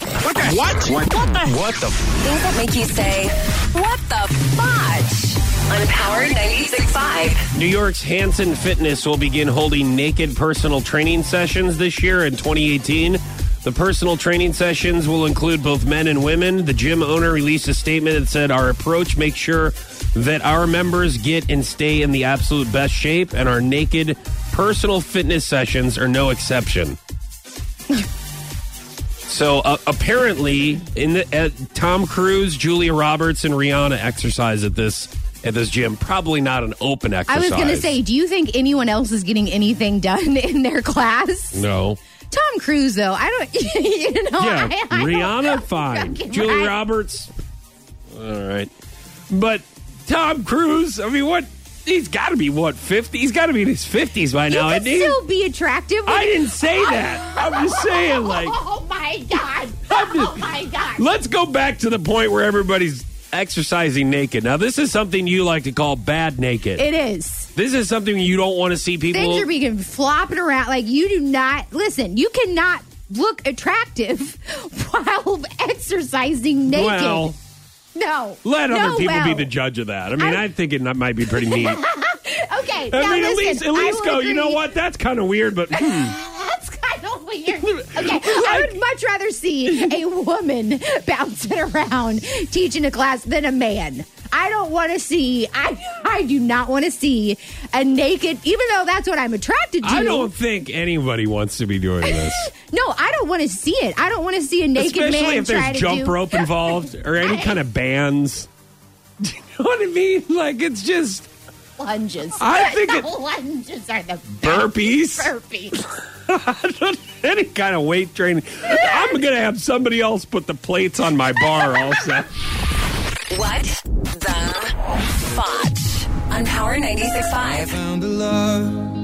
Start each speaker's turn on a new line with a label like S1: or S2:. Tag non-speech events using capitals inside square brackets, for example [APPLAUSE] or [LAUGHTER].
S1: What? What?
S2: What the?
S1: What the? F-
S2: Things that make you say, what the fudge? On Power 96.5.
S3: New York's Hanson Fitness will begin holding naked personal training sessions this year in 2018. The personal training sessions will include both men and women. The gym owner released a statement that said, Our approach makes sure that our members get and stay in the absolute best shape, and our naked personal fitness sessions are no exception. So uh, apparently, in the uh, Tom Cruise, Julia Roberts, and Rihanna exercise at this at this gym. Probably not an open
S4: I
S3: exercise.
S4: was going to say, do you think anyone else is getting anything done in their class?
S3: no.
S4: Tom Cruise, though, I don't, [LAUGHS] you know,
S3: Yeah,
S4: [LAUGHS] I, I don't-
S3: Rihanna, fine.
S4: [LAUGHS] Fucking
S3: Julia
S4: right.
S3: Roberts, all right. But Tom Cruise, I mean, what? He's got to be what fifty? He's got to be in his fifties by
S4: You
S3: now,
S4: can
S3: isn't he?
S4: still be attractive.
S3: I didn't say that. I'm just saying, like,
S4: [LAUGHS] oh my god!
S3: I'm just-
S4: Oh my god!
S3: Let's go back to the point where everybody's exercising naked. Now, this is something you like to call bad naked.
S4: It is.
S3: this is something you don't want to see
S4: Things
S3: people.
S4: are being flopping around. Like you do not listen. You cannot look attractive [LAUGHS] while exercising naked.
S3: well,
S4: no.
S3: let
S4: No,
S3: other people be
S4: well.
S3: the judge of that. I mean, I,
S4: I-
S3: think it not- might be
S4: [LAUGHS]
S3: pretty neat. I
S4: Okay. now
S3: mean, at
S4: listen,
S3: least,
S4: I
S3: at least
S4: will
S3: go. You know
S4: agree.
S3: what? That's kind of weird, but hmm.
S4: That's kind of weird.
S3: [LAUGHS]
S4: Okay, I would much rather see a woman [LAUGHS] bouncing around teaching a class than a man. I don't want to see. I I do not want to see a naked. Even though that's what I'm attracted to.
S3: I don't think anybody wants to be doing this,
S4: No, I don't want to see it. I don't want to see a [LAUGHS] naked
S3: especially
S4: man
S3: if
S4: try
S3: there's
S4: to
S3: jump
S4: do-
S3: rope involved or any kind of bands. [LAUGHS] Do you know what I mean? Like it's just
S4: lunges.
S3: I think
S4: the
S3: it-
S4: lunges are the [LAUGHS]
S3: burpees.
S4: burpees.
S3: any kind of weight training. I'm going to have somebody else put the plates on my bar
S4: [LAUGHS]
S3: also.
S2: What the fudge? On Power 96.5.
S5: found a love